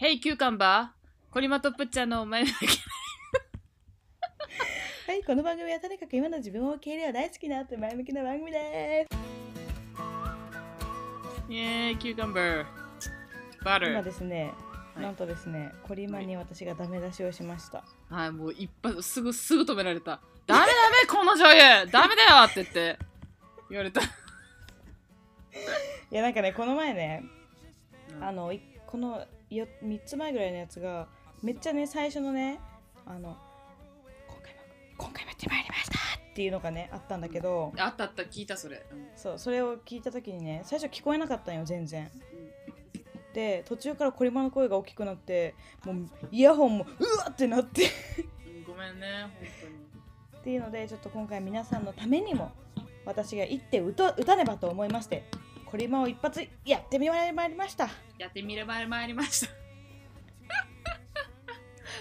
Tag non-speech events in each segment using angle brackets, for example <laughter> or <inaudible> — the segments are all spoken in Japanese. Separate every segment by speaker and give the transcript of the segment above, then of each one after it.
Speaker 1: Hey, cucumber! コリマとプッチャの <laughs> 前向き。
Speaker 2: はい、この番組はとにかく今の自分を受け入れは大好きなって前向きな番組で
Speaker 1: Yeah, cucumber! バ
Speaker 2: す。今
Speaker 1: ル
Speaker 2: ですね、
Speaker 1: はい
Speaker 2: なんとですね、コリマに私がダメ出しをしました。
Speaker 1: はい、もう一発、すぐ、すぐ止められた。ダメダメ、この女優ダメだよって言って、言われた。
Speaker 2: いや、なんかね、この前ね、
Speaker 1: うん
Speaker 2: あの、いこのよ3つ前ぐらいのやつが、めっちゃね、最初のね、あの、今回も、今回もやってまいりましたっていうのがね、あったんだけど、
Speaker 1: あったあった、聞いたそれ。うん
Speaker 2: そう、それを聞いたときにね、最初聞こえなかったんよ、全然。で、途中からコリマの声が大きくなって、もうイヤホンも、うわってなって。
Speaker 1: うんごめんね、本
Speaker 2: っていうのでちょっと今回皆さんのためにも私が一手打と打たねばと思いましてこれまを一発やってみまいりました
Speaker 1: 当に。やってみれば参りました。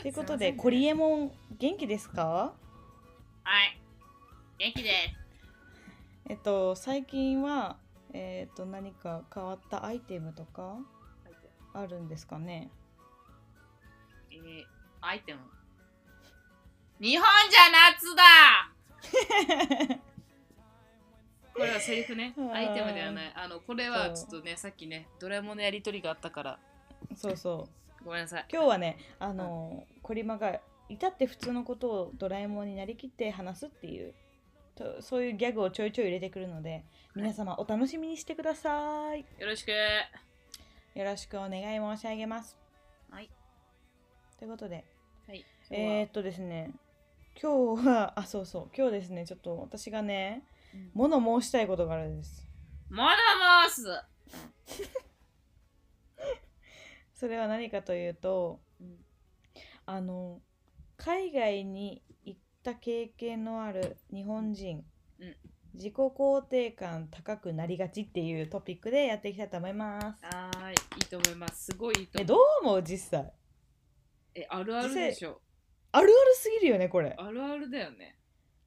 Speaker 2: とい
Speaker 1: すいま
Speaker 2: うこと
Speaker 1: せん
Speaker 2: で
Speaker 1: ね
Speaker 2: コリエモン元気ですか
Speaker 1: はい。元気です。
Speaker 2: えっと最近はえっと何か変わったアイテムとかあるんですかね
Speaker 1: えー、アイテム。日本じゃ夏だ
Speaker 2: <laughs>
Speaker 1: これはセリフね
Speaker 2: う。ん
Speaker 1: アイテムではない。あの、これはちょ
Speaker 2: そう
Speaker 1: っとね、さっきね、ドラえもんのやりとりがあったから、
Speaker 2: そうそう
Speaker 1: ごめんなさい。
Speaker 2: 今日はねあのコリマが至って普通のことをドラえもんになりきって話すっていうとそういうギャグをちょいちょい入れてくるので皆様お楽しみにしてください
Speaker 1: よろしく。
Speaker 2: よろしくお願い申し上げます。
Speaker 1: はい。
Speaker 2: ということで、
Speaker 1: はい。
Speaker 2: えー、っとですね、今日は、 <laughs> あ、そうそう、今日ですね、ちょっと私がね、物申したいことがあるんです。
Speaker 1: まだます
Speaker 2: それは何かというと、
Speaker 1: うん
Speaker 2: あの、海外に行った経験のある日本人、
Speaker 1: うん
Speaker 2: 自己肯定感高くなりがちっていうトピックでやっていきたいと思います。
Speaker 1: あーいいと思います。すごいいいと
Speaker 2: え、
Speaker 1: 思
Speaker 2: ど
Speaker 1: う。
Speaker 2: う思う実際。
Speaker 1: え、あるあるでしょ。
Speaker 2: あるあるすぎるよね、これ。
Speaker 1: あるあるだよね。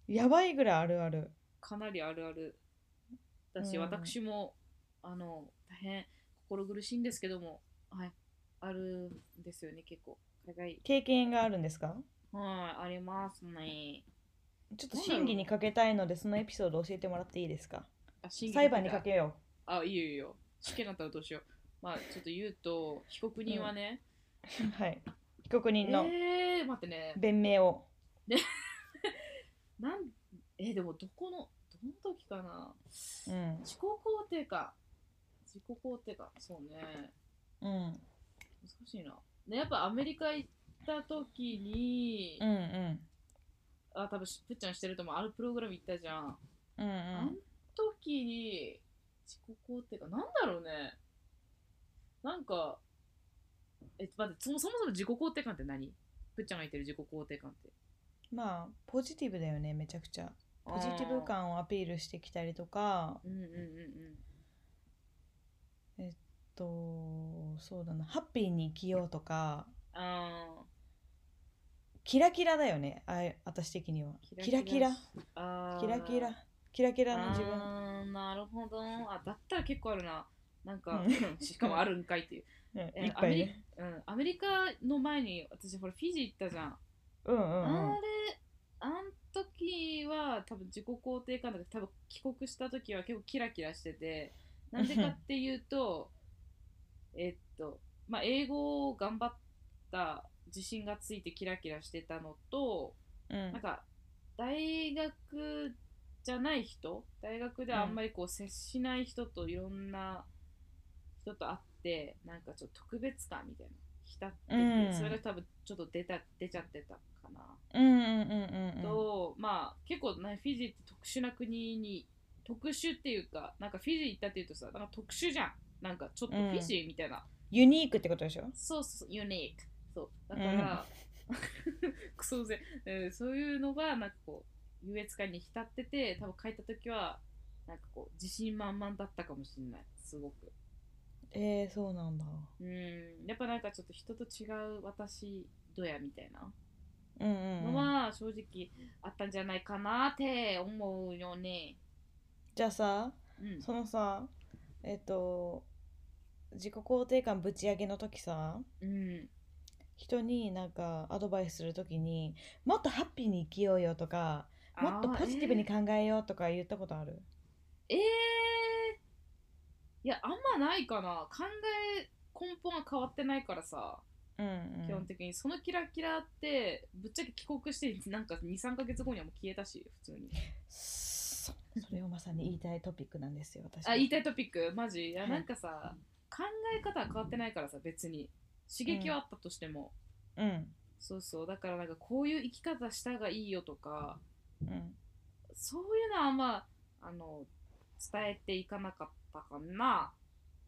Speaker 2: やばいぐらいあるある。
Speaker 1: かなりあるあるだし、
Speaker 2: うん
Speaker 1: 私もあの大変心苦しいんですけども、はい、あるんですよね結構海外
Speaker 2: 経験があるんですか
Speaker 1: はいありますね
Speaker 2: ちょっと審議にかけたいので、そのエピソード教えてもらっていいですか
Speaker 1: あ審議
Speaker 2: 裁判にかけよ
Speaker 1: あいいよいいよ試験だったらどうしようまあちょっと言うと被告人はね、
Speaker 2: う。 <laughs> はい。被告人の
Speaker 1: えー、待ってね
Speaker 2: 弁明を。
Speaker 1: なんえーでもどこのどの時かな
Speaker 2: うん。
Speaker 1: 自己肯定か自己肯定かそうね
Speaker 2: うん。
Speaker 1: 難しいな、ね、やっぱアメリカ行った時に、
Speaker 2: うんうん。
Speaker 1: あ多分しぷっちゃんしてると思うあるプログラム行ったじゃん、
Speaker 2: うんう
Speaker 1: あの
Speaker 2: ん。
Speaker 1: 時に自己肯定感なんだろうねなんかえ待ってそもそもそも自己肯定感って何ぷっちゃんが言ってる自己肯定感って
Speaker 2: まあ、ポジティブだよね、めちゃくちゃ。ポジティブ感をアピールしてきたりとか、
Speaker 1: うんうんうん
Speaker 2: と、そうだな、ハッピーに生きようとか、
Speaker 1: うんあ
Speaker 2: キラキラだよね、あい私的には。キラキラ。
Speaker 1: あー
Speaker 2: キラキラ。キラキラの自分。
Speaker 1: あーなるほどあだったら結構あるななんか
Speaker 2: う
Speaker 1: しかもあるんかいっていう、
Speaker 2: うん
Speaker 1: え
Speaker 2: <laughs> いっぱいね。
Speaker 1: うん、アメリカの前に私ほらフィジー行ったじゃん
Speaker 2: うんうんう
Speaker 1: あ
Speaker 2: ん。
Speaker 1: れ、あん時は多分自己肯定感だけど多分帰国した時は結構キラキラして
Speaker 2: <laughs>
Speaker 1: て、なんでかっていうと、えっと、まあ、英語を頑張った自信がついてキラキラしてたのと、
Speaker 2: うん
Speaker 1: なんか、大学じゃない人、大学ではあんまりこう接しない人といろんな人と会って、なんかちょっと特別感みたいな、浸ってて、
Speaker 2: うん
Speaker 1: それが多分ちょっと出た出ちゃってたかな。
Speaker 2: うんうんうんうんうん。
Speaker 1: と、まあ結構ねフィジーって特殊な国に特殊っていうかなんかフィジー行ったっていうとさなんか特殊じゃんなんかちょっとフ
Speaker 2: うん
Speaker 1: ィジーみたいな、
Speaker 2: ユニークってことでしょ
Speaker 1: そうそうユニークそうだから、クソうぜ、えーそういうのがなんかこう優越感に浸ってて多分帰った時はなんかこう自信満々だったかもしれないすごく
Speaker 2: えー、そうなんだ。
Speaker 1: うんやっぱなんかちょっと人と違う私どやみたいな
Speaker 2: うんうんうん、
Speaker 1: のは正直あったんじゃないかなって思うよね
Speaker 2: じゃあさ
Speaker 1: うん
Speaker 2: そのさえっ、と自己肯定感ぶち上げの時さ
Speaker 1: うん
Speaker 2: 人になんかアドバイスする時にもっとハッピーに生きようよとかもっとポジティブに
Speaker 1: あー
Speaker 2: 考えようとか言ったことある、
Speaker 1: えー、えーいやあんまないかな考え根本は変わってないからさ
Speaker 2: うんうん、
Speaker 1: 基本的にそのキラキラってぶっちゃけ帰国してなんか23か月後にはもう消えたし普通に
Speaker 2: そそれをまさに言いたいトピックなんですよ私
Speaker 1: あ言いた
Speaker 2: い
Speaker 1: いトピックマジいや
Speaker 2: はい
Speaker 1: なんかさ、考え方は変わってないからさ別に刺激はあったとしても、
Speaker 2: うん
Speaker 1: そうそうだからなんかこういう生き方したがいいよとか
Speaker 2: うん
Speaker 1: そういうのはあんまあの伝えていかなかったかな、
Speaker 2: うんうん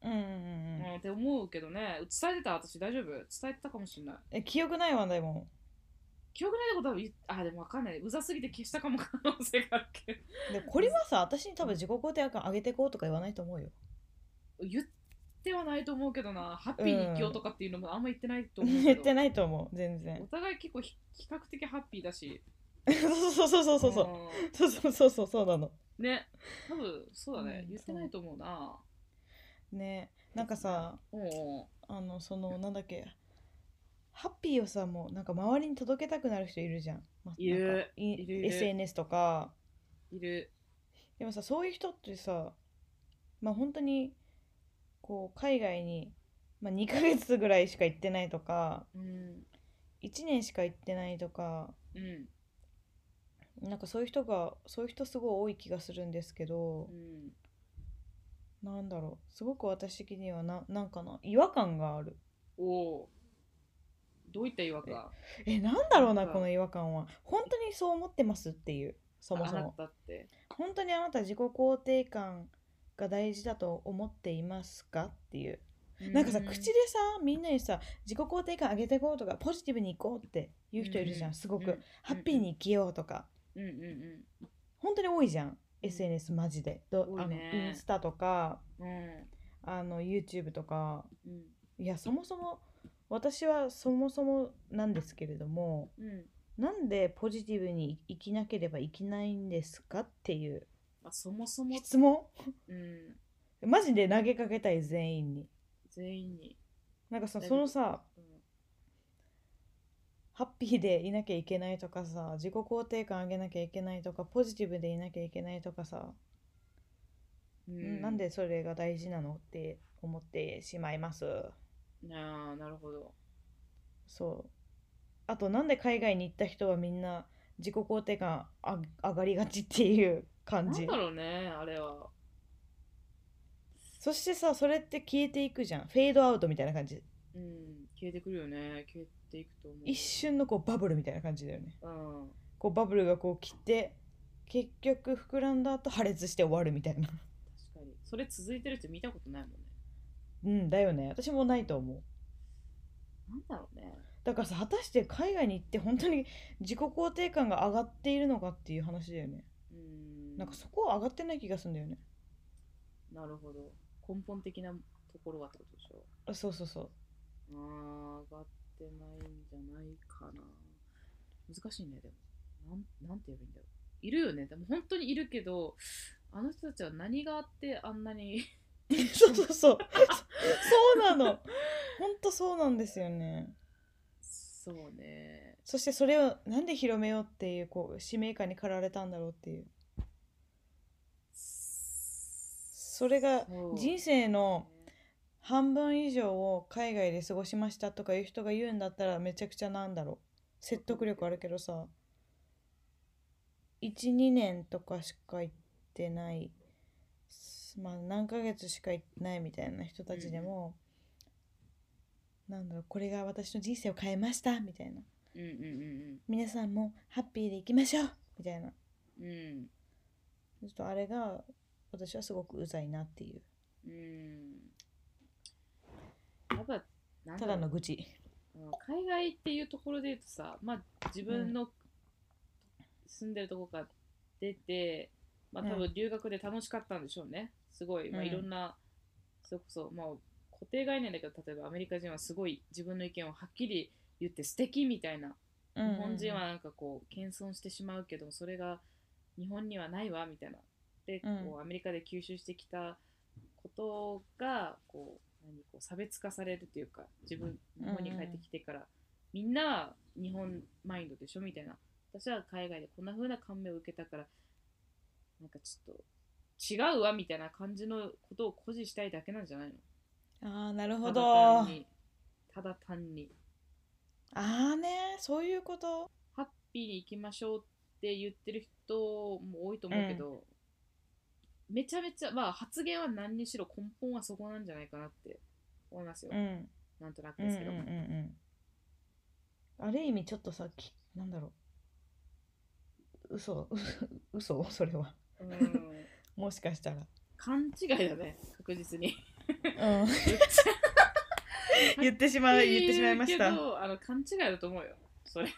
Speaker 1: う
Speaker 2: うんんうん
Speaker 1: って思うけどね伝えてた私大丈夫伝えてたかもしれない
Speaker 2: え記憶ないわでも
Speaker 1: 記憶ないってことは言っあでも分かんないうざすぎて消したかも可能性があるけど
Speaker 2: でこれはさ私に多分自己肯定感上げていこうとか言わないと思うよ
Speaker 1: 言ってはないと思うけどなハッピーに生きようとかっていうのもあんま言ってないと思うけど、
Speaker 2: 言ってないと思う全
Speaker 1: お
Speaker 2: 然
Speaker 1: 互い結構ひ比較的ハッピーだし
Speaker 2: そうそうそうそうそう
Speaker 1: う
Speaker 2: そうそうそうそうそうなの
Speaker 1: んね多分そうだね、
Speaker 2: うん
Speaker 1: 言ってないと思うな
Speaker 2: ねなんかさ
Speaker 1: うんうん
Speaker 2: あのそのなんだっけハッピーをさもうなんか周りに届けたくなる人いるじゃん、まあ
Speaker 1: いる
Speaker 2: なんかい
Speaker 1: いるいる
Speaker 2: SNS とか
Speaker 1: いる
Speaker 2: でもさそういう人ってさまあ本当にこう海外に、まあ、2ヶ月ぐらいしか行ってないとか
Speaker 1: うん
Speaker 2: 1年しか行ってないとか
Speaker 1: うん
Speaker 2: なんかそういう人がそういう人すごい多い気がするんですけど
Speaker 1: う、ん
Speaker 2: なんだろうすごく私的にはななんかな違和感がある
Speaker 1: おおーどういった違和感
Speaker 2: えなんだろう
Speaker 1: なん
Speaker 2: な
Speaker 1: か
Speaker 2: この違和感は本当にそう思ってますっていうそもそ
Speaker 1: あな
Speaker 2: も
Speaker 1: たって
Speaker 2: 本当にあなた自己肯定感が大事だと思っていますかっていうなんかさ、口でさみんなにさ自己肯定感上げていこうとかポジティブにいこうって言う人いるじゃ
Speaker 1: うん
Speaker 2: んすご
Speaker 1: うん
Speaker 2: くハッピーに生きようとか
Speaker 1: うんうん
Speaker 2: 本当に多いじゃん SNS マジでど
Speaker 1: 多
Speaker 2: あ
Speaker 1: い
Speaker 2: の
Speaker 1: ね
Speaker 2: インスタとか
Speaker 1: うんうん
Speaker 2: あの YouTube とか
Speaker 1: うん
Speaker 2: いやそもそも私はそもそもなんですけれども
Speaker 1: うん
Speaker 2: なんでポジティブに生きなければいけないんですかっていう
Speaker 1: あそもそも、
Speaker 2: 質問
Speaker 1: うん、
Speaker 2: マジで投げかけたい全員に
Speaker 1: 全員に、
Speaker 2: なんかさ
Speaker 1: 投げ
Speaker 2: そのさ
Speaker 1: うん
Speaker 2: ハッピーでいなきゃいけないとかさ自己肯定感上げなきゃいけないとかポジティブでいなきゃいけないとかさ、
Speaker 1: う
Speaker 2: なんでそれが大事なのって思ってしまいます
Speaker 1: ああなるほど
Speaker 2: そうあとなんで海外に行った人はみんな自己肯定感あ上がりがちっていう感
Speaker 1: なん
Speaker 2: じ
Speaker 1: だろうねあれは
Speaker 2: そしてさそれって消えていくじゃんフェードアウトみたいな感じ
Speaker 1: うん消えてくるよね消えていくと思う
Speaker 2: 一瞬のこうバブルみたいな感じだよね
Speaker 1: うん
Speaker 2: こうバブルがこう切って結局膨らんだ後破裂して終わるみたいな <laughs>
Speaker 1: 確かにそれ続いてるって見たことないもんね
Speaker 2: うんだよね私もないと思う
Speaker 1: なんだろうね
Speaker 2: だからさ果たして海外に行って本当に自己肯定感が上がっているのかっていう話だよね
Speaker 1: うん
Speaker 2: なんかそこは上がってない気がするんだよね
Speaker 1: なるほど根本的なところがってことでしょ
Speaker 2: あそうそうそう
Speaker 1: あー上がってないんじゃないかな難しいねでもなんなんて言えばいいんだろういるよねでも本当にいるけどあの人たちは何があってあんな
Speaker 2: <laughs>
Speaker 1: に
Speaker 2: そうそうそうそうなの本当そうなんですよね
Speaker 1: そうね
Speaker 2: そしてそれをなんで広めようっていうこう使命感に駆られたんだろうっていうそれが
Speaker 1: そう
Speaker 2: 人生の半分以上を海外で過ごしましたとかいう人が言うんだったらめちゃくちゃなんだろう説得力あるけどさ12年とかしか行ってないまあ何ヶ月しか行ってないみたいな人たちでも、なんだろうこれが私の人生を変えましたみたいな
Speaker 1: うんうん
Speaker 2: 皆さんもハッピーでいきましょうみたいなち
Speaker 1: うんうん
Speaker 2: ょっとあれが私はすごくうざいなっていう
Speaker 1: うんうんやっぱなん
Speaker 2: た
Speaker 1: だろ
Speaker 2: だ
Speaker 1: う
Speaker 2: の愚痴
Speaker 1: うん海外っていうところで言うとさ、まあ、自分の住んでるとこから出て、まあ、
Speaker 2: うん
Speaker 1: 多分留学で楽しかったんでしょうねすごい、まあ、
Speaker 2: うん
Speaker 1: いろんなそれこそ、まあ、固定概念だけど例えばアメリカ人はすごい自分の意見をはっきり言って素敵みたいな
Speaker 2: 日
Speaker 1: 日本人はなんかこう謙遜してしまうけどそれが日本にはないわみたいなで、
Speaker 2: うん
Speaker 1: こうアメリカで吸収してきたことがこう何こう差別化されるというか自分
Speaker 2: うん
Speaker 1: 日本に帰ってきてから、みんなは日本マインドでしょみたいな私は海外でこんな風な感銘を受けたからなんかちょっと違うわみたいな感じのことを誇示したいだけなんじゃないの
Speaker 2: ああなるほ
Speaker 1: た
Speaker 2: ど
Speaker 1: だ
Speaker 2: あ
Speaker 1: 単にただ単に
Speaker 2: あーねそういうこと
Speaker 1: ハッピーに行きましょうって言ってる人も多いと思うけど、めちゃめちゃ、まあ、発言は何にしろ根本はそこなんじゃないかなって思いますよ、
Speaker 2: うん
Speaker 1: なんとなく
Speaker 2: うんうん
Speaker 1: で
Speaker 2: うん
Speaker 1: すけど、
Speaker 2: うんある意味ちょっとさきなんだろう嘘 <laughs> う嘘それは
Speaker 1: うん
Speaker 2: もしかしたら
Speaker 1: 勘違いだね確実に
Speaker 2: うん言ってしまう言ってしまいまし
Speaker 1: け
Speaker 2: た
Speaker 1: どあの勘違いだと思うよそれ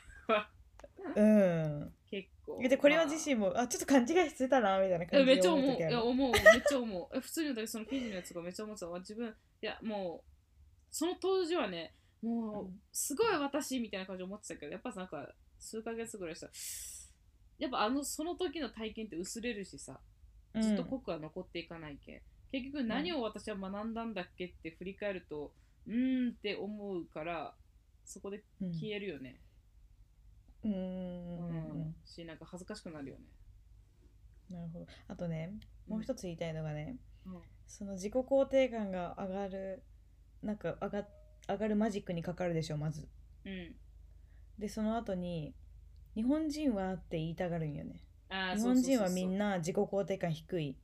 Speaker 2: うん
Speaker 1: 結構
Speaker 2: でこれは自
Speaker 1: 身
Speaker 2: 身も、あ、ちょっと勘違いしてたなみたいな感
Speaker 1: め
Speaker 2: じ
Speaker 1: っち
Speaker 2: で
Speaker 1: ゃ
Speaker 2: 思う
Speaker 1: 思う
Speaker 2: 時あ
Speaker 1: い
Speaker 2: る
Speaker 1: や思うめっちゃ思うえ <laughs> 普通に私その記事のやつがめっちゃ思ってたわ自分いやもうその当時はねもうすごい私みたいな感じで思ってたけどやっぱなんか数ヶ月ぐらいしたらやっぱあのその時の体験って薄れるしさ
Speaker 2: うん
Speaker 1: ずっと濃くは残っていかないけん、結局何を私は学んだんだっけって振り返るとうーんって思うからそこで
Speaker 2: うん
Speaker 1: 消えるよね、
Speaker 2: うんう
Speaker 1: うん
Speaker 2: うんうん
Speaker 1: しなんか恥ずかしくなるよね
Speaker 2: なるほどあとねもう一
Speaker 1: つ、
Speaker 2: つ言いたいのがね、
Speaker 1: うん
Speaker 2: その自己肯定感が上がるなんか上が上がるマジックにかかるでしょまず
Speaker 1: うん
Speaker 2: でその後に日本人はって言いたがるんよね
Speaker 1: あー
Speaker 2: 日
Speaker 1: そうそ
Speaker 2: 本
Speaker 1: うそうそう
Speaker 2: 人はみんな自己肯定感低い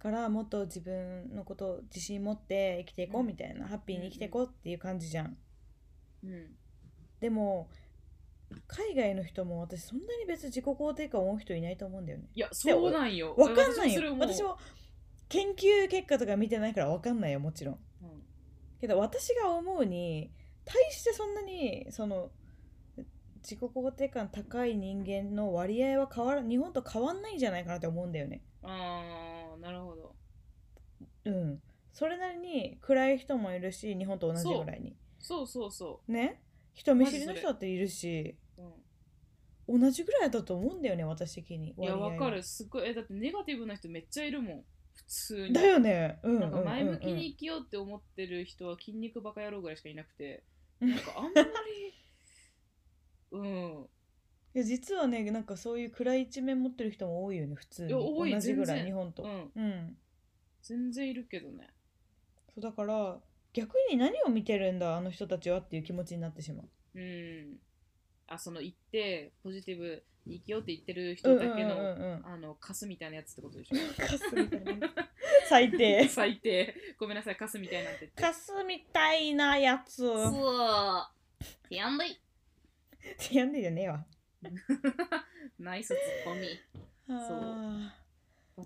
Speaker 2: からもっと自分のことを自信持って生きていこう
Speaker 1: うん
Speaker 2: みたいな、ハッピーに生きていこうっていう感じじゃん、
Speaker 1: うん、うん
Speaker 2: でも海外の人も私そんなに別に自己肯定感を思う人いないと思うんだよね
Speaker 1: いやそうなんよ
Speaker 2: わかんない
Speaker 1: 私もそれ
Speaker 2: よ
Speaker 1: 思う
Speaker 2: 私も研究結果とか見てないからわかんないよもちろん
Speaker 1: うん
Speaker 2: けど私が思うに対してそんなにその自己肯定感高い人間の割合は変わら日本と変わんないんじゃないかなって思うんだよね
Speaker 1: ああなるほど
Speaker 2: うんそれなりに暗い人もいるし日本と同じぐらいに
Speaker 1: そうそうそ
Speaker 2: ね人見知りの人だっているし
Speaker 1: う、うん
Speaker 2: 同じぐらいだと思うんだよね私的に
Speaker 1: いや、
Speaker 2: 割合は
Speaker 1: わかる。すっごい。え、だってネガティブな人めっちゃいるもん。普通に。
Speaker 2: だよねうんうん
Speaker 1: なん
Speaker 2: うん
Speaker 1: か
Speaker 2: うん
Speaker 1: 前向きに生きようって思ってる人は筋肉バカ野郎ぐらいしかいなくて、なんかあんまり、うん。
Speaker 2: いや実はねなんかそういう暗い一面持ってる人も多いよね普通に
Speaker 1: いや多い
Speaker 2: 同じぐら
Speaker 1: 全
Speaker 2: い
Speaker 1: 然
Speaker 2: 日本と
Speaker 1: うん。
Speaker 2: うん
Speaker 1: 全然いるけどね。
Speaker 2: そうだから逆に何を見てるんだあの人たちはっていう気持ちになってしまう
Speaker 1: うん。あ、その言って、ポジティブに生きようって言ってる人だけ
Speaker 2: うんうん
Speaker 1: の、
Speaker 2: うんうん
Speaker 1: あの、カスみたいなやつってことでしょ。
Speaker 2: カスみた
Speaker 1: <laughs>
Speaker 2: いな最低
Speaker 1: 最低。ごめんなさい、カスみたいなんて言って。
Speaker 2: カスみたいなやつっ
Speaker 1: そう。てやんだい。
Speaker 2: てやんでんじゃねえわ
Speaker 1: ナイスツッコミ。だ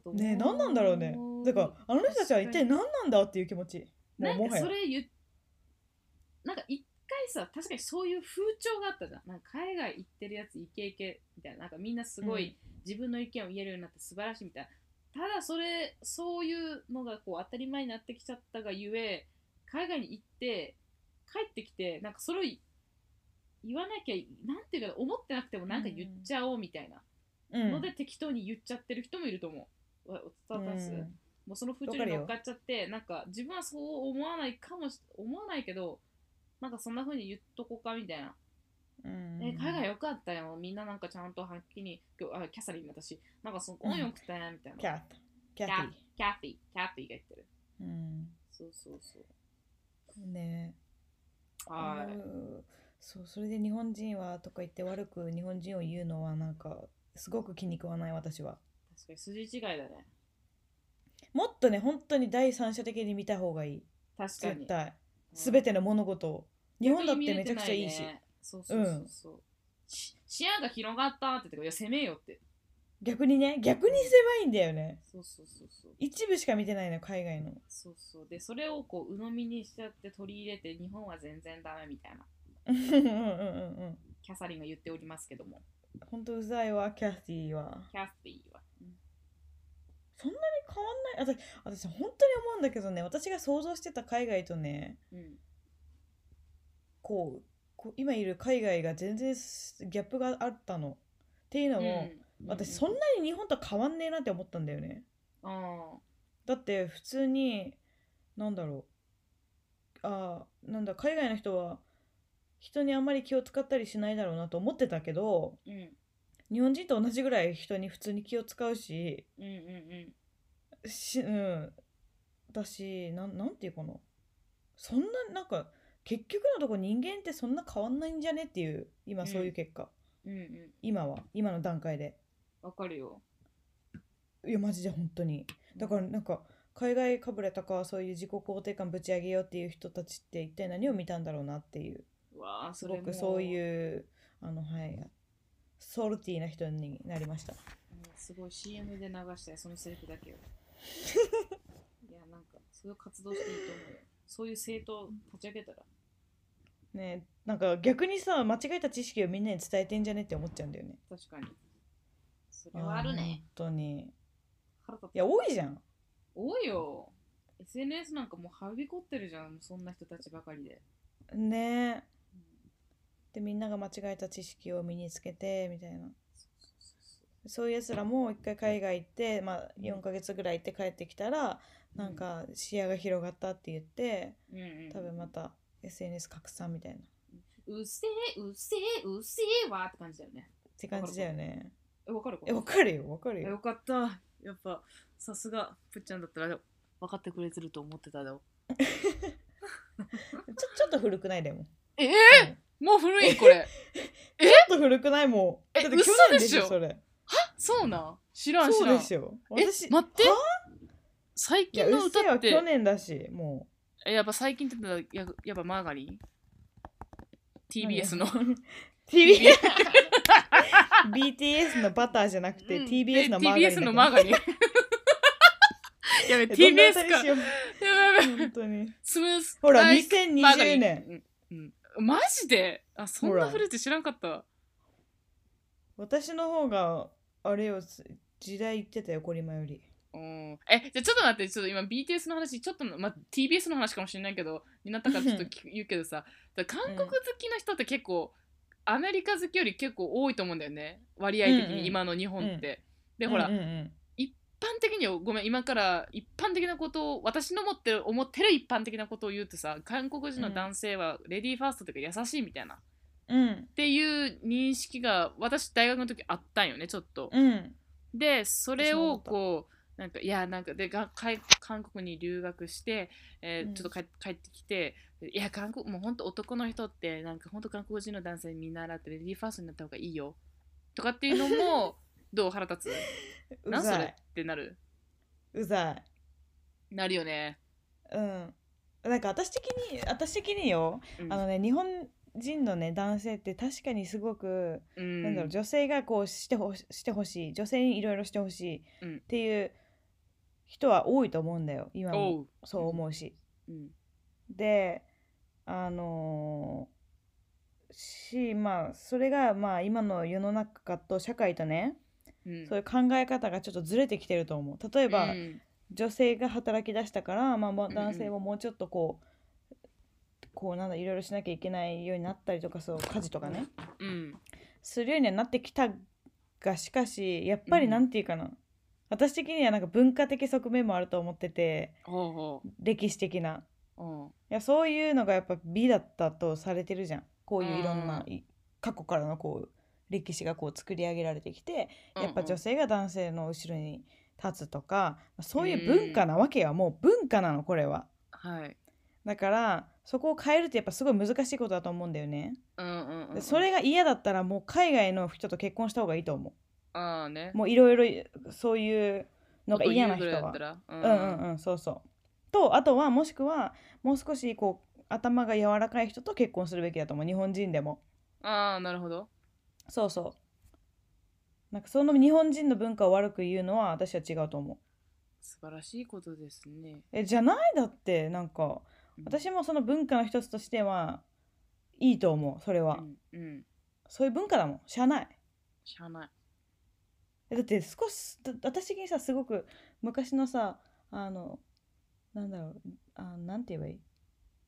Speaker 1: と思う
Speaker 2: ねえ何なんだろうねだからあの人たちは一体何なんだっていう気持ちもう
Speaker 1: なん
Speaker 2: もは
Speaker 1: か
Speaker 2: や
Speaker 1: それ言っなんか一回さ確かにそういう風潮があったじゃんなんか海外行ってるやつイケイケみたいななんかみんなすごい自分の意見を言えるようになって素晴らしいみたいな、ただそれそういうのがこう当たり前になってきちゃったがゆえ海外に行って帰ってきてなんかそれをい言わなきゃなんていうか思ってなくてもなんか言っちゃおうみたいな
Speaker 2: うん
Speaker 1: ので適当に言っちゃってる人もいると思う。わ伝わったんす、
Speaker 2: うん
Speaker 1: もうその風潮に乗っかっちゃってなんか自分はそう思わないかもし思わないけどなんかそんな風に言っとこうかみたいな、
Speaker 2: うん
Speaker 1: え海外よかったよみんななんかちゃんとはっきり今日あキャサリン私なんかその音よくてみたいな
Speaker 2: キャットキャッティ
Speaker 1: キャフィーキャフィーが言ってる
Speaker 2: うん
Speaker 1: そうそうそう
Speaker 2: ねえ
Speaker 1: は
Speaker 2: う
Speaker 1: い
Speaker 2: んそうそれで日本人はとか言って悪く日本人を言うのはなんかすごく気に食わない私は
Speaker 1: 確かに筋違いだね
Speaker 2: もっとね本当に第三者的に見た方がいい
Speaker 1: 確か
Speaker 2: 絶
Speaker 1: に
Speaker 2: 対
Speaker 1: うん
Speaker 2: 全ての物事を日本だっ
Speaker 1: 逆
Speaker 2: て
Speaker 1: に見れ
Speaker 2: めちゃく
Speaker 1: な
Speaker 2: ちゃいいし
Speaker 1: ねそうそうそうそう、し視野が広がったって言ってくるいや攻めよって
Speaker 2: 逆にね逆に狭いんだよね
Speaker 1: そうそうそうそう
Speaker 2: 一部しか見てないの海外の
Speaker 1: そうそうでそれをこう鵜呑みにしちゃって取り入れて日本は全然ダメみたいな
Speaker 2: うんうんうんうん
Speaker 1: キャサリンが言っておりますけども
Speaker 2: 本当うざいわキャティは
Speaker 1: キャスティは、うん
Speaker 2: 変わんない私私本当に思うんだけどね私が想像してた海外とね
Speaker 1: うん
Speaker 2: こうこう今いる海外が全然すギャップがあったのっていうのも、
Speaker 1: うん
Speaker 2: 私そんなに日本と変わんねえなって思ったんだよね
Speaker 1: うん
Speaker 2: だって普通になんだろうあーなんだ海外の人は人にあんまり気を使ったりしないだろうなと思ってたけど
Speaker 1: うんうん
Speaker 2: 日本人と同じぐらい人に普通に気を使うし
Speaker 1: うんうん
Speaker 2: し、うん、だしなんなんていうかなそんななんか結局のとこ人間ってそんな変わんないんじゃねっていう今そういう結果、
Speaker 1: うんうん
Speaker 2: 今は今の段階で
Speaker 1: わかるよ
Speaker 2: いやマジで本当にだからなんか海外かぶれとかそういう自己肯定感ぶち上げようっていう人たちって一体何を見たんだろうなっていう
Speaker 1: うわあ
Speaker 2: す
Speaker 1: そ
Speaker 2: ご
Speaker 1: れ
Speaker 2: く
Speaker 1: も
Speaker 2: そう
Speaker 1: う、
Speaker 2: いうあのはいソルティーな人になりました
Speaker 1: ん、すごい CM で流したよそのセリフだけ
Speaker 2: <laughs>
Speaker 1: をいやなんかそういう活動していいと思うよそういう政党立ち上げたら
Speaker 2: ねなんか逆にさ間違えた知識をみんなに伝えてんじゃねって思っちゃうんだよね
Speaker 1: 確かにそれはあるね
Speaker 2: あー本当に
Speaker 1: 腹立つ
Speaker 2: いや多いじゃん
Speaker 1: 多いよ SNS なんかもうはびこってるじゃんそんな人たちばかりで、
Speaker 2: ねえ
Speaker 1: うん
Speaker 2: でみんなが間違えた知識を身につけてみたいな
Speaker 1: そうそうそうそう
Speaker 2: そういうやつらも一回海外行って、まあ、
Speaker 1: うん
Speaker 2: 4ヶ月ぐらい行って帰ってきたら、なんか視野が広がったって言って
Speaker 1: うんうん
Speaker 2: 多分また SNS 拡散みたいなっ
Speaker 1: うっせえうっせえうっせえわーって感じだよね
Speaker 2: て感じだよね
Speaker 1: えわかるか
Speaker 2: えわかるよわかる
Speaker 1: え
Speaker 2: よ
Speaker 1: よかったやっぱさすがぷっちゃんだったら分かってくれてると思ってたよ
Speaker 2: ちょちょっと古くないでも
Speaker 1: えー
Speaker 2: うん
Speaker 1: もう古いこれ
Speaker 2: ちょっと古くないもん
Speaker 1: え
Speaker 2: だって
Speaker 1: 嘘でしょ
Speaker 2: それ
Speaker 1: <laughs> そうなん知らん知
Speaker 2: そう
Speaker 1: らん
Speaker 2: でしょ
Speaker 1: え
Speaker 2: 私
Speaker 1: 待って
Speaker 2: はい
Speaker 1: 最
Speaker 2: や
Speaker 1: 近の
Speaker 2: うっせぇ
Speaker 1: 歌
Speaker 2: は
Speaker 1: って
Speaker 2: 去年だしも
Speaker 1: えやっぱ最近って言ったらややっぱマーガリン
Speaker 2: う
Speaker 1: TBS の
Speaker 2: TBS BTS のバターじゃなくて、
Speaker 1: うん
Speaker 2: TBS のマーガリンだ
Speaker 1: TBS
Speaker 2: けど
Speaker 1: のマーガリンやべ
Speaker 2: えどんな
Speaker 1: TBS
Speaker 2: 歌に
Speaker 1: かや
Speaker 2: し
Speaker 1: べ
Speaker 2: よう
Speaker 1: やべ
Speaker 2: 本当に
Speaker 1: スムース
Speaker 2: ほら
Speaker 1: ライクマーガリ
Speaker 2: 2020
Speaker 1: ン
Speaker 2: 年
Speaker 1: うんうんマジであそん
Speaker 2: ほ
Speaker 1: な
Speaker 2: ら
Speaker 1: 古いって知らんかった
Speaker 2: 私の方があれよす時代行ってたよコリマより
Speaker 1: うんえ、じゃあちょっと待って、ちょっと今 BTS の話、ちょっとの、まあ、TBS の話かもしれないけど、になったからちょっと聞く言うけどさ、だから韓国好きな人って結構、アメリカ好きより結構多いと思うんだよね、割合的
Speaker 2: うんうん
Speaker 1: に今の日本って。で、
Speaker 2: で
Speaker 1: ほら、
Speaker 2: うんうんうん
Speaker 1: 一般的によごめん、今から一般的なことを、私の持ってる、思ってる一般的なことを言うとさ、韓国人の男性はレディーファーストというか優しいみたいな、っ
Speaker 2: うん
Speaker 1: ていう認識が、私、大学の時あったんよね、ちょっと。
Speaker 2: うん
Speaker 1: でそれを
Speaker 2: 私も思った
Speaker 1: こうなんかいやなんかでがかい韓国に留学して、えー
Speaker 2: うん
Speaker 1: ちょっと帰帰ってきていや韓国もう本当男の人ってなんか本当韓国人の男性見習ってレディーファーストになった方がいいよとかっていうの
Speaker 2: <laughs>
Speaker 1: もどう腹立つな
Speaker 2: うん
Speaker 1: そ
Speaker 2: ざ
Speaker 1: れ
Speaker 2: い
Speaker 1: ってなる
Speaker 2: うざい
Speaker 1: なるよね、
Speaker 2: うんなんか私的に私的によ、
Speaker 1: うん
Speaker 2: あのね日本人のね男性って確かにすごく、
Speaker 1: うん
Speaker 2: なんだろう女性がこうしてほししてほしい女性にいろいろしてほし
Speaker 1: う
Speaker 2: い
Speaker 1: ん
Speaker 2: っていう人は多いと思うんだよ今
Speaker 1: お
Speaker 2: も
Speaker 1: う、
Speaker 2: そう思うし、
Speaker 1: うん
Speaker 2: であのーしまあそれがまあ今の世の中と社会とね、
Speaker 1: うん、
Speaker 2: そういう考え方がちょっとずれてきてると思う例えば、
Speaker 1: うん
Speaker 2: 女性が働き出したから、まあ、まあ
Speaker 1: うんうん
Speaker 2: 男性はもうちょっとこう、こうなんだいろいろしなきゃいけないようになったりとかそう家事とかね、
Speaker 1: うん
Speaker 2: するようにはなってきたがしかしやっぱり
Speaker 1: うん
Speaker 2: なんていうかな、私的にはなんか文化的側面もあると思ってて
Speaker 1: ほうほ
Speaker 2: 歴史的な。
Speaker 1: ううん
Speaker 2: いやそういうのがやっぱ美だったとされてるじゃんこういういろんな、
Speaker 1: う
Speaker 2: い過去からのこう歴史がこう作り上げられてきてやっぱ
Speaker 1: うんう
Speaker 2: 女
Speaker 1: ん
Speaker 2: 性が男性の後ろに立つとか、まあそういう文化なわけよもう文化なのこれは
Speaker 1: はい
Speaker 2: だからそこを変えるってやっぱすごい難しいことだと思うんだよね、
Speaker 1: うんうん、う
Speaker 2: で
Speaker 1: ん、
Speaker 2: それが嫌だったらもう海外の人と結婚した方がいいと思
Speaker 1: ああね
Speaker 2: うもういろいろそういうのが嫌な
Speaker 1: こ
Speaker 2: 人
Speaker 1: と言う
Speaker 2: は
Speaker 1: ぐらいだったら
Speaker 2: うんうんうんそうそうとあとはもしくはもう少しこう頭が柔らかい人と結婚するべきだと思う日本人でも
Speaker 1: ああなるほど
Speaker 2: そうそうなんかその日本人の文化を悪く言うのは私は違うと思う
Speaker 1: 素晴らしいことですね。
Speaker 2: えじゃないだってなんか
Speaker 1: うん、
Speaker 2: 私もその文化の一つとしてはいいと思うそれは、
Speaker 1: うん、うん、
Speaker 2: そういう文化だもんしゃあない
Speaker 1: しゃあない。
Speaker 2: えだって少しだ私的にさすごく昔のさあのなんだろうあなんて言えばいい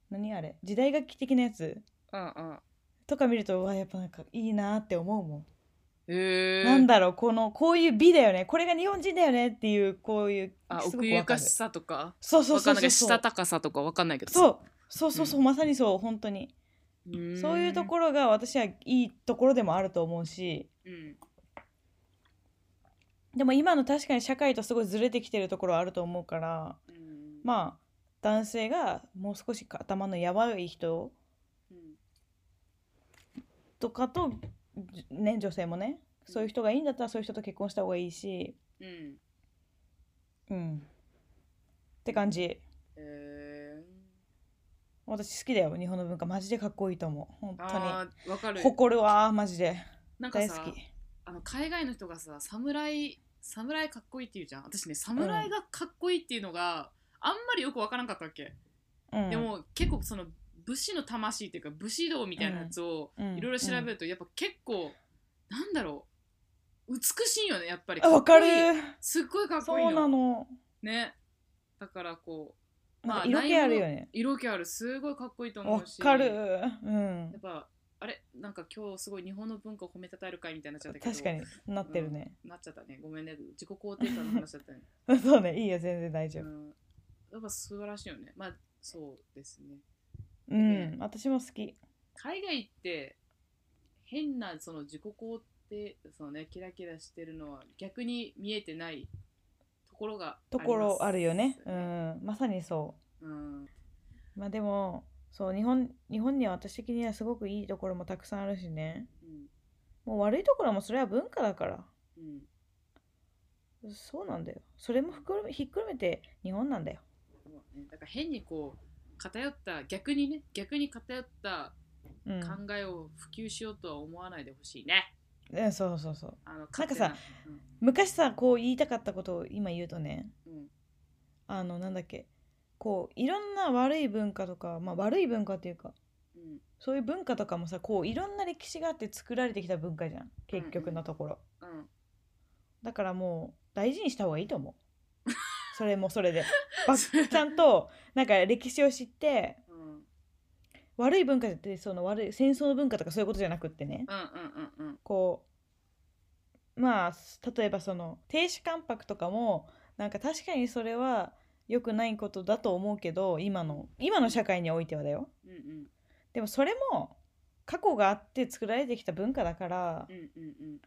Speaker 2: 何あれ時代劇的なやつ
Speaker 1: うんうん。
Speaker 2: とか見るとうわやっぱなんかいいなって思うもん、
Speaker 1: えー、
Speaker 2: なんだろうこのこういう美だよねこれが日本人だよねっていうこういう
Speaker 1: あ
Speaker 2: すご
Speaker 1: 奥
Speaker 2: く
Speaker 1: ゆ
Speaker 2: わか
Speaker 1: か
Speaker 2: る
Speaker 1: しさとか、
Speaker 2: そうそう
Speaker 1: わか
Speaker 2: そ
Speaker 1: ん
Speaker 2: う
Speaker 1: ないけ
Speaker 2: そ
Speaker 1: ど、
Speaker 2: う
Speaker 1: したたかさとかわかんないけどさ。
Speaker 2: そうそうそうそう、
Speaker 1: うん
Speaker 2: まさにそう本当にそういうところが私はいいところでもあると思うし
Speaker 1: ろ、うん
Speaker 2: でも今の確かに社会とすごいずれてきてるところはあると思うから
Speaker 1: うん、あ、
Speaker 2: まあ男性がもう少し頭のやばい人
Speaker 1: うん
Speaker 2: とかと、じね、女性もねそういう人がいいんだったらそういう人と結婚した方がいいし
Speaker 1: うん、
Speaker 2: うんって感じ
Speaker 1: え
Speaker 2: 私好きだよ日本の文化マジでかっこいいと思う
Speaker 1: ー、
Speaker 2: 本
Speaker 1: あ
Speaker 2: 当
Speaker 1: ーわか
Speaker 2: に
Speaker 1: る
Speaker 2: 誇るわマジで
Speaker 1: なんか
Speaker 2: 大
Speaker 1: さ
Speaker 2: 好き
Speaker 1: あの海外の人がさ侍侍かっこいいって言うじゃん私ね侍がかっこいいっていうのが、あんまりよくわからんかったっけ、
Speaker 2: うん
Speaker 1: でも結構その武士の魂っていうか武士道みたいなやつを
Speaker 2: うん
Speaker 1: いろいろ調べるとやっぱ結構、なんだろう美しいよねやっぱり
Speaker 2: あわかる
Speaker 1: っこいいすっごいかっ
Speaker 2: そ
Speaker 1: こいいの
Speaker 2: うなの
Speaker 1: ねだからこう
Speaker 2: なんか色気あるよね
Speaker 1: 内容色気あるすごいかっこいいと思
Speaker 2: わ
Speaker 1: うし
Speaker 2: かる
Speaker 1: や
Speaker 2: うん
Speaker 1: っぱあれなんか今日すごい日本の文化を褒めたたえる会みたいになっちゃったけど
Speaker 2: 確かになってるね、 <laughs>
Speaker 1: なっちゃったねごめんね自己肯定感の話だったね、
Speaker 2: そうねいいよ全然大
Speaker 1: う
Speaker 2: 丈夫
Speaker 1: ん、やっぱ素晴らしいよねまあそうですね
Speaker 2: うん、私も好き
Speaker 1: 海外って変なその自己肯定そのねキラキラしてるのは逆に見えてないところがあり
Speaker 2: と
Speaker 1: ます
Speaker 2: ころあるよねうんまさにそ
Speaker 1: うん
Speaker 2: うまあでもそう日本日本には私的にはすごくいいところもたくさんあるしね
Speaker 1: うん
Speaker 2: もう悪いところもそれは文化だから
Speaker 1: うん
Speaker 2: そうなんだよそれも含めひっくるめて日本なんだよ
Speaker 1: そうね、だから変にこう偏った逆にね逆に偏った
Speaker 2: うん、
Speaker 1: 考えを普及しようとは思わないでほしいね。
Speaker 2: うん、そうそうそう
Speaker 1: あの
Speaker 2: かさ
Speaker 1: 勝手な
Speaker 2: 昔さこう言いたかったことを今言うとね
Speaker 1: うんうん
Speaker 2: あのなんだっけこういろんな悪い文化とか、まあ、悪い文化っていうか
Speaker 1: うん
Speaker 2: そういう文化とかもさこういろんな歴史があって作られてきた文化じゃん結局のところ、
Speaker 1: うん
Speaker 2: だからもう大事にした方がいいと <laughs> 思うそれもそれでばちゃんとなんか歴史を知って
Speaker 1: うんうん
Speaker 2: 悪い文化ってその悪い戦争の文化とかそういうことじゃなくってね
Speaker 1: うんうんうん
Speaker 2: こうまあ例えばその亭主関白とかもなんか確かにそれは良くないことだと思うけど今の今の社会においてはだよ
Speaker 1: うんうん
Speaker 2: でもそれも過去があって作られてきた文化だから
Speaker 1: うんうんうん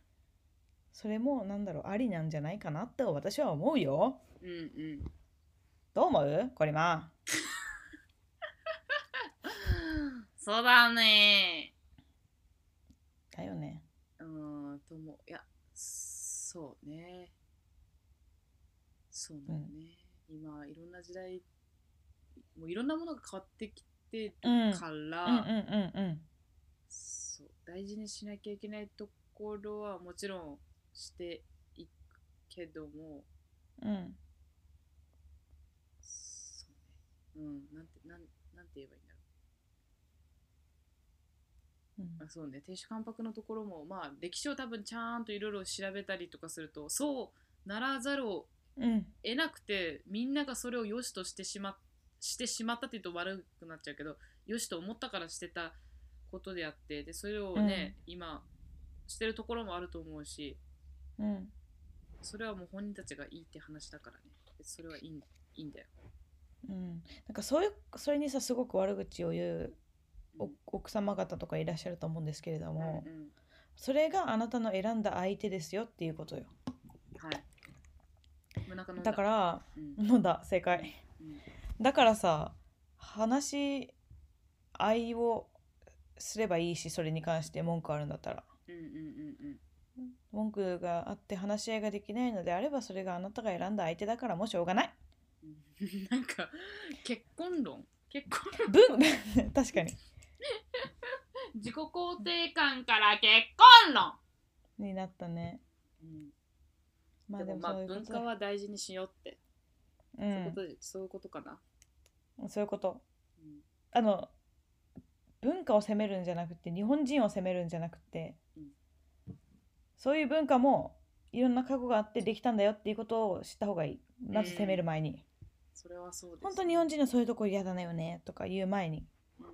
Speaker 2: それもなんだろうありなんじゃないかなって私は思うよ
Speaker 1: うんうん
Speaker 2: どう思うこれま
Speaker 1: <gasps> そうだね
Speaker 2: だよね
Speaker 1: うんともいやそうねそうなのね、今いろんな時代もういろんなものが変わってきてる
Speaker 2: うんうん
Speaker 1: から、
Speaker 2: うんうんうん
Speaker 1: そう大事にしなきゃいけないところはもちろんしていくけども
Speaker 2: うん
Speaker 1: そうねうんなんてなんなんて言えばいいんだろ
Speaker 2: うん
Speaker 1: うあそうね亭主関白のところもまあ歴史を多分ちゃんといろいろ調べたりとかするとそうならざるを
Speaker 2: うん
Speaker 1: 得なくてみんながそれを良しとしてしましてしまったって言うと悪くなっちゃうけど良しと思ったからしてたことであってでそれをね、今してるところもあると思うし
Speaker 2: うん
Speaker 1: それはもう本人たちがいいって話だからねそれはいいんいいんだよ、
Speaker 2: うんなんかそういうそれにさすごく悪口を言う
Speaker 1: うん
Speaker 2: お奥様方とかいらっしゃると思うんですけれども、
Speaker 1: うんうん
Speaker 2: それがあなたの選んだ相手ですよっていうことよ
Speaker 1: はいお腹飲んだ
Speaker 2: だから
Speaker 1: うん
Speaker 2: 飲んだ正解
Speaker 1: うん
Speaker 2: だからさ話し合いをすればいいしそれに関して文句あるんだったら
Speaker 1: うんうんうん
Speaker 2: 文句があって話し合いができないのであればそれがあなたが選んだ相手だからもうしょう
Speaker 1: <laughs>
Speaker 2: がない
Speaker 1: うんうん <laughs> なんか結婚論結婚論
Speaker 2: 文 <laughs> 確かに
Speaker 1: 自己肯定感から結婚論、
Speaker 2: になったね
Speaker 1: うん
Speaker 2: まあ
Speaker 1: で
Speaker 2: で
Speaker 1: も
Speaker 2: も
Speaker 1: まあ
Speaker 2: そういう
Speaker 1: 文
Speaker 2: こと
Speaker 1: 化
Speaker 2: だ
Speaker 1: は大事にしようって、そういうことでそういうことかな、
Speaker 2: うんそういうこと
Speaker 1: うん
Speaker 2: あの文化を責めるんじゃなくて日本人を責めるんじゃなくて、
Speaker 1: うん
Speaker 2: そういう文化もいろんな過去があってできたんだよっていうことを知った方がいいまず責める前に、
Speaker 1: それはそうです、
Speaker 2: 本当日本人のそういうとこ嫌だよねとか言う前にっ
Speaker 1: うん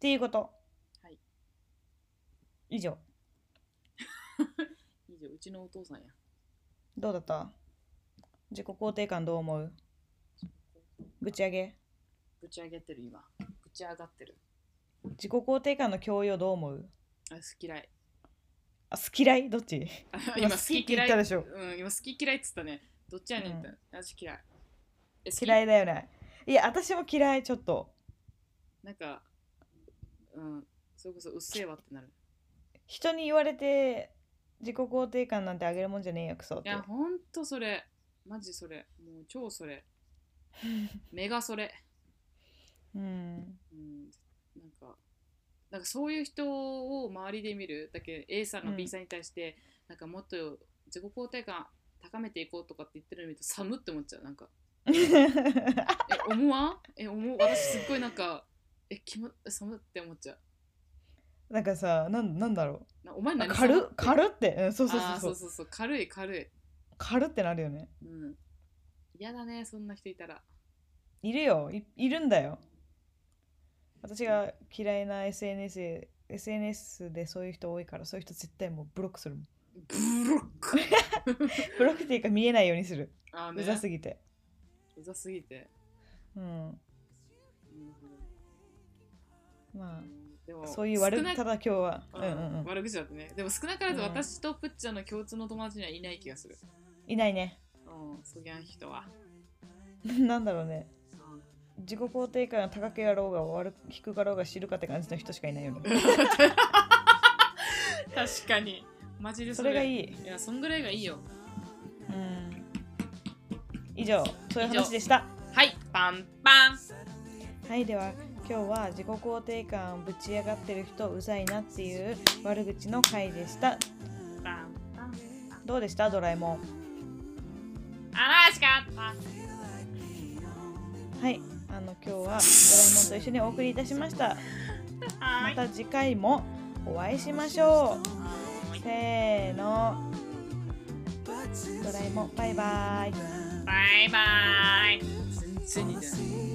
Speaker 2: ていうこと
Speaker 1: はい
Speaker 2: 以上
Speaker 1: 以上うちのお父さんや
Speaker 2: どうだった自己肯定感どう思うぶち上げ
Speaker 1: ぶち上げてる今ぶち上がってる
Speaker 2: 自己肯定感の教養どう思う
Speaker 1: あ好き嫌い
Speaker 2: あ好き嫌いどっち
Speaker 1: あ <laughs>
Speaker 2: 今好きって言ったでしょ
Speaker 1: うん、今好き嫌いっつったねどっちやねんって、私嫌いえ好き
Speaker 2: 嫌いだよねいや私も嫌いちょっと
Speaker 1: なんかうんそれこそうっせえわってなる
Speaker 2: 人に言われて自己肯定感なんて上げるもんじゃねえよクソっ
Speaker 1: い
Speaker 2: て
Speaker 1: やほんとそれマジそれもう超そ
Speaker 2: <laughs>
Speaker 1: れメガそれ
Speaker 2: うん <laughs>
Speaker 1: うんなんかなんかそういう人を周りで見るだけ A さんが
Speaker 2: うん
Speaker 1: B さんに対して、なんかもっと自己肯定感高めていこうとかって言ってるの見ると寒って思っちゃうなんかえ思わんえ思う私すっごいなんかえ気も寒って思っちゃう
Speaker 2: なんかさなんなんだろ
Speaker 1: なお前
Speaker 2: うあ
Speaker 1: 何
Speaker 2: 軽っ
Speaker 1: っ
Speaker 2: 軽って、うん、そうそう
Speaker 1: あ
Speaker 2: そ
Speaker 1: ー
Speaker 2: う
Speaker 1: そそうそ
Speaker 2: そうう
Speaker 1: う軽い軽い
Speaker 2: 軽ってなるよね
Speaker 1: うん嫌だねそんな人いたら
Speaker 2: いるよいいるんだよ私が嫌いな SNS で SNS でそういう人多いからそういう人絶対もうブロックするもん <laughs>
Speaker 1: ブロック
Speaker 2: ブロックっていうか見えないようにする
Speaker 1: あーね
Speaker 2: <laughs> うざすぎて
Speaker 1: うざすぎて、
Speaker 2: うん
Speaker 1: うん
Speaker 2: ま
Speaker 1: でも
Speaker 2: あそういう悪
Speaker 1: 少
Speaker 2: い
Speaker 1: な
Speaker 2: ただ今日は
Speaker 1: う
Speaker 2: うんんうんうん
Speaker 1: 悪口だってねでも少なからず
Speaker 2: うん
Speaker 1: 私とプッチャの共通の友達にはいない気がする
Speaker 2: いないね
Speaker 1: うんそぎゃん人は、
Speaker 2: <laughs> なんだろうね
Speaker 1: うん、
Speaker 2: 自己肯定感が高けやろうが悪く低かろうが知るかって感じの人しかいないよね
Speaker 1: 確かにマジで
Speaker 2: それが
Speaker 1: い
Speaker 2: いい
Speaker 1: いやそんぐらいがいいよ
Speaker 2: うん以上そういう話でした
Speaker 1: はいパンパン
Speaker 2: はいでは今日は自己肯定感ぶち上がってる人うざいなっていう悪口の回でした
Speaker 1: パンパン
Speaker 2: どうでしたドラえもん
Speaker 1: あらしかった
Speaker 2: はいあの今日はドラえもんと一緒にお送りいたしました
Speaker 1: は
Speaker 2: ま
Speaker 1: ーい
Speaker 2: た次回もお会いしましょうせーのドラえもんバイバイ
Speaker 1: バイバーイ全然似てない